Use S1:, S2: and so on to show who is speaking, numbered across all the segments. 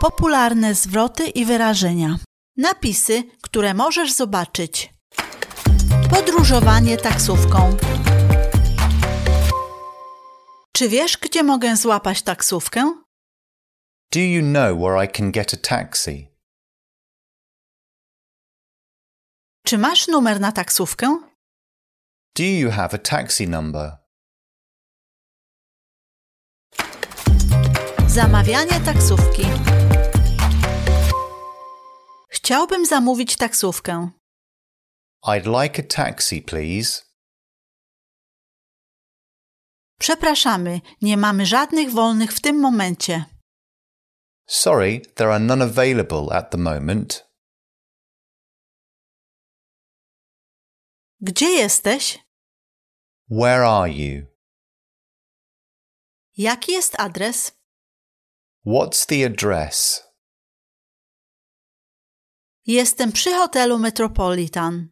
S1: popularne zwroty i wyrażenia. Napisy, które możesz zobaczyć. Podróżowanie taksówką. Czy wiesz, gdzie mogę złapać taksówkę?
S2: Do you know where I can get a taxi?
S1: Czy masz numer na taksówkę?
S2: Do you have a taxi number?
S1: Zamawianie taksówki. Chciałbym zamówić taksówkę.
S2: I'd like a taxi, please.
S1: Przepraszamy, nie mamy żadnych wolnych w tym momencie.
S2: Sorry, there are none available at the moment.
S1: Gdzie jesteś?
S2: Where are you?
S1: Jaki jest adres?
S2: What's the address?
S1: Jestem przy hotelu Metropolitan.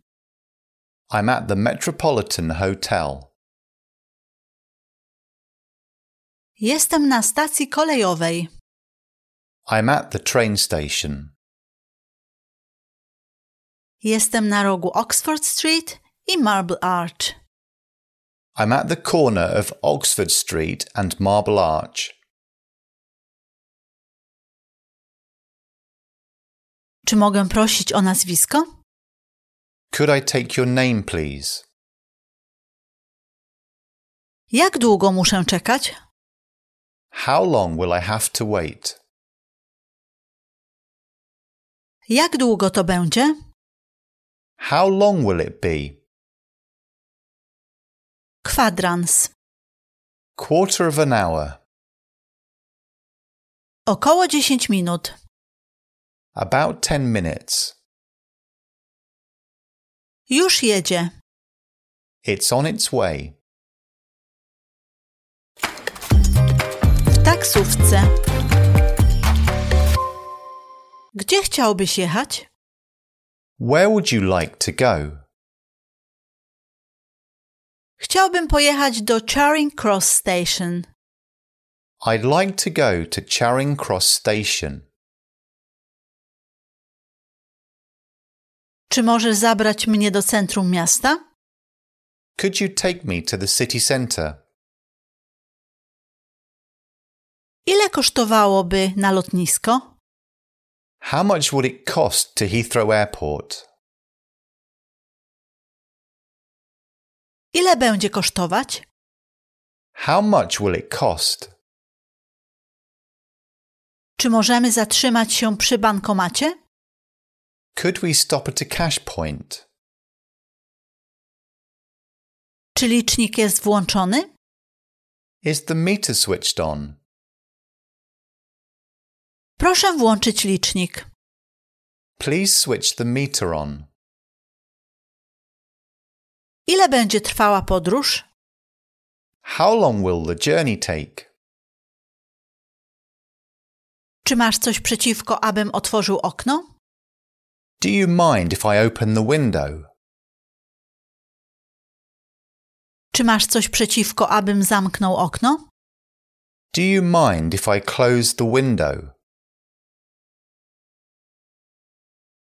S2: I'm at the Metropolitan Hotel.
S1: Jestem na stacji kolejowej.
S2: I'm at the train station.
S1: Jestem na rogu Oxford Street i Marble Arch.
S2: I'm at the corner of Oxford Street and Marble Arch.
S1: Czy mogę prosić o nazwisko?
S2: Could I take your name, please?
S1: Jak długo muszę czekać?
S2: How long will I have to wait?
S1: Jak długo to będzie?
S2: How long will it be?
S1: Kwadrans.
S2: Quarter of an hour.
S1: Około 10 minut.
S2: About 10 minutes.
S1: Już jedzie.
S2: It's on its way.
S1: W taksówce. Gdzie chciałbyś jechać?
S2: Where would you like to go?
S1: Chciałbym pojechać do Charing Cross Station.
S2: I'd like to go to Charing Cross Station.
S1: Czy możesz zabrać mnie do centrum miasta?
S2: Could you take me to the city centre?
S1: Ile kosztowałoby na lotnisko?
S2: How much would it cost to Heathrow Airport?
S1: Ile będzie kosztować?
S2: How much will it cost?
S1: Czy możemy zatrzymać się przy bankomacie?
S2: Could we stop at a cash point?
S1: Czy licznik jest włączony?
S2: Is the meter switched on?
S1: Proszę włączyć licznik.
S2: Please switch the meter on.
S1: Ile będzie trwała podróż?
S2: How long will the journey take?
S1: Czy masz coś przeciwko, abym otworzył okno?
S2: Do you mind if I open the window?
S1: Czy masz coś przeciwko, abym zamknął okno?
S2: Do you mind if I close the window?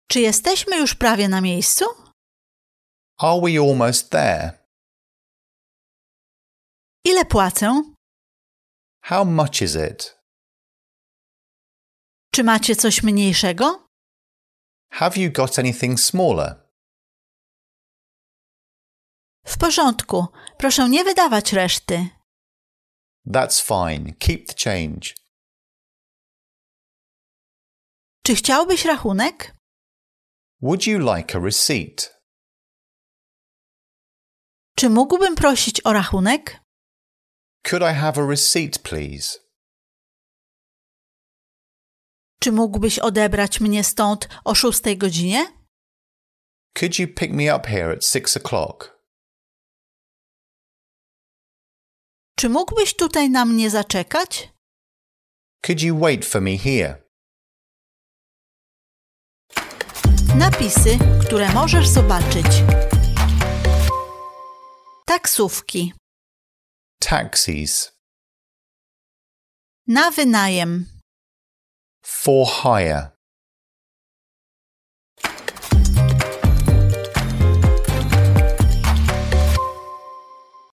S1: Czy jesteśmy już prawie na miejscu?
S2: Are we almost there?
S1: Ile płacę?
S2: How much is it?
S1: Czy macie coś mniejszego?
S2: Have you got anything smaller?
S1: W porządku, proszę nie wydawać reszty.
S2: That's fine. Keep the change.
S1: Czy chciałbyś rachunek?
S2: Would you like a receipt?
S1: Czy mógłbym prosić o rachunek?
S2: Could I have a receipt, please?
S1: Czy mógłbyś odebrać mnie stąd o szóstej godzinie?
S2: Could you pick me up here at six o'clock?
S1: Czy mógłbyś tutaj na mnie zaczekać?
S2: Could you wait for me here?
S1: Napisy, które możesz zobaczyć. Taksówki.
S2: Taxis.
S1: Na wynajem.
S2: For hire.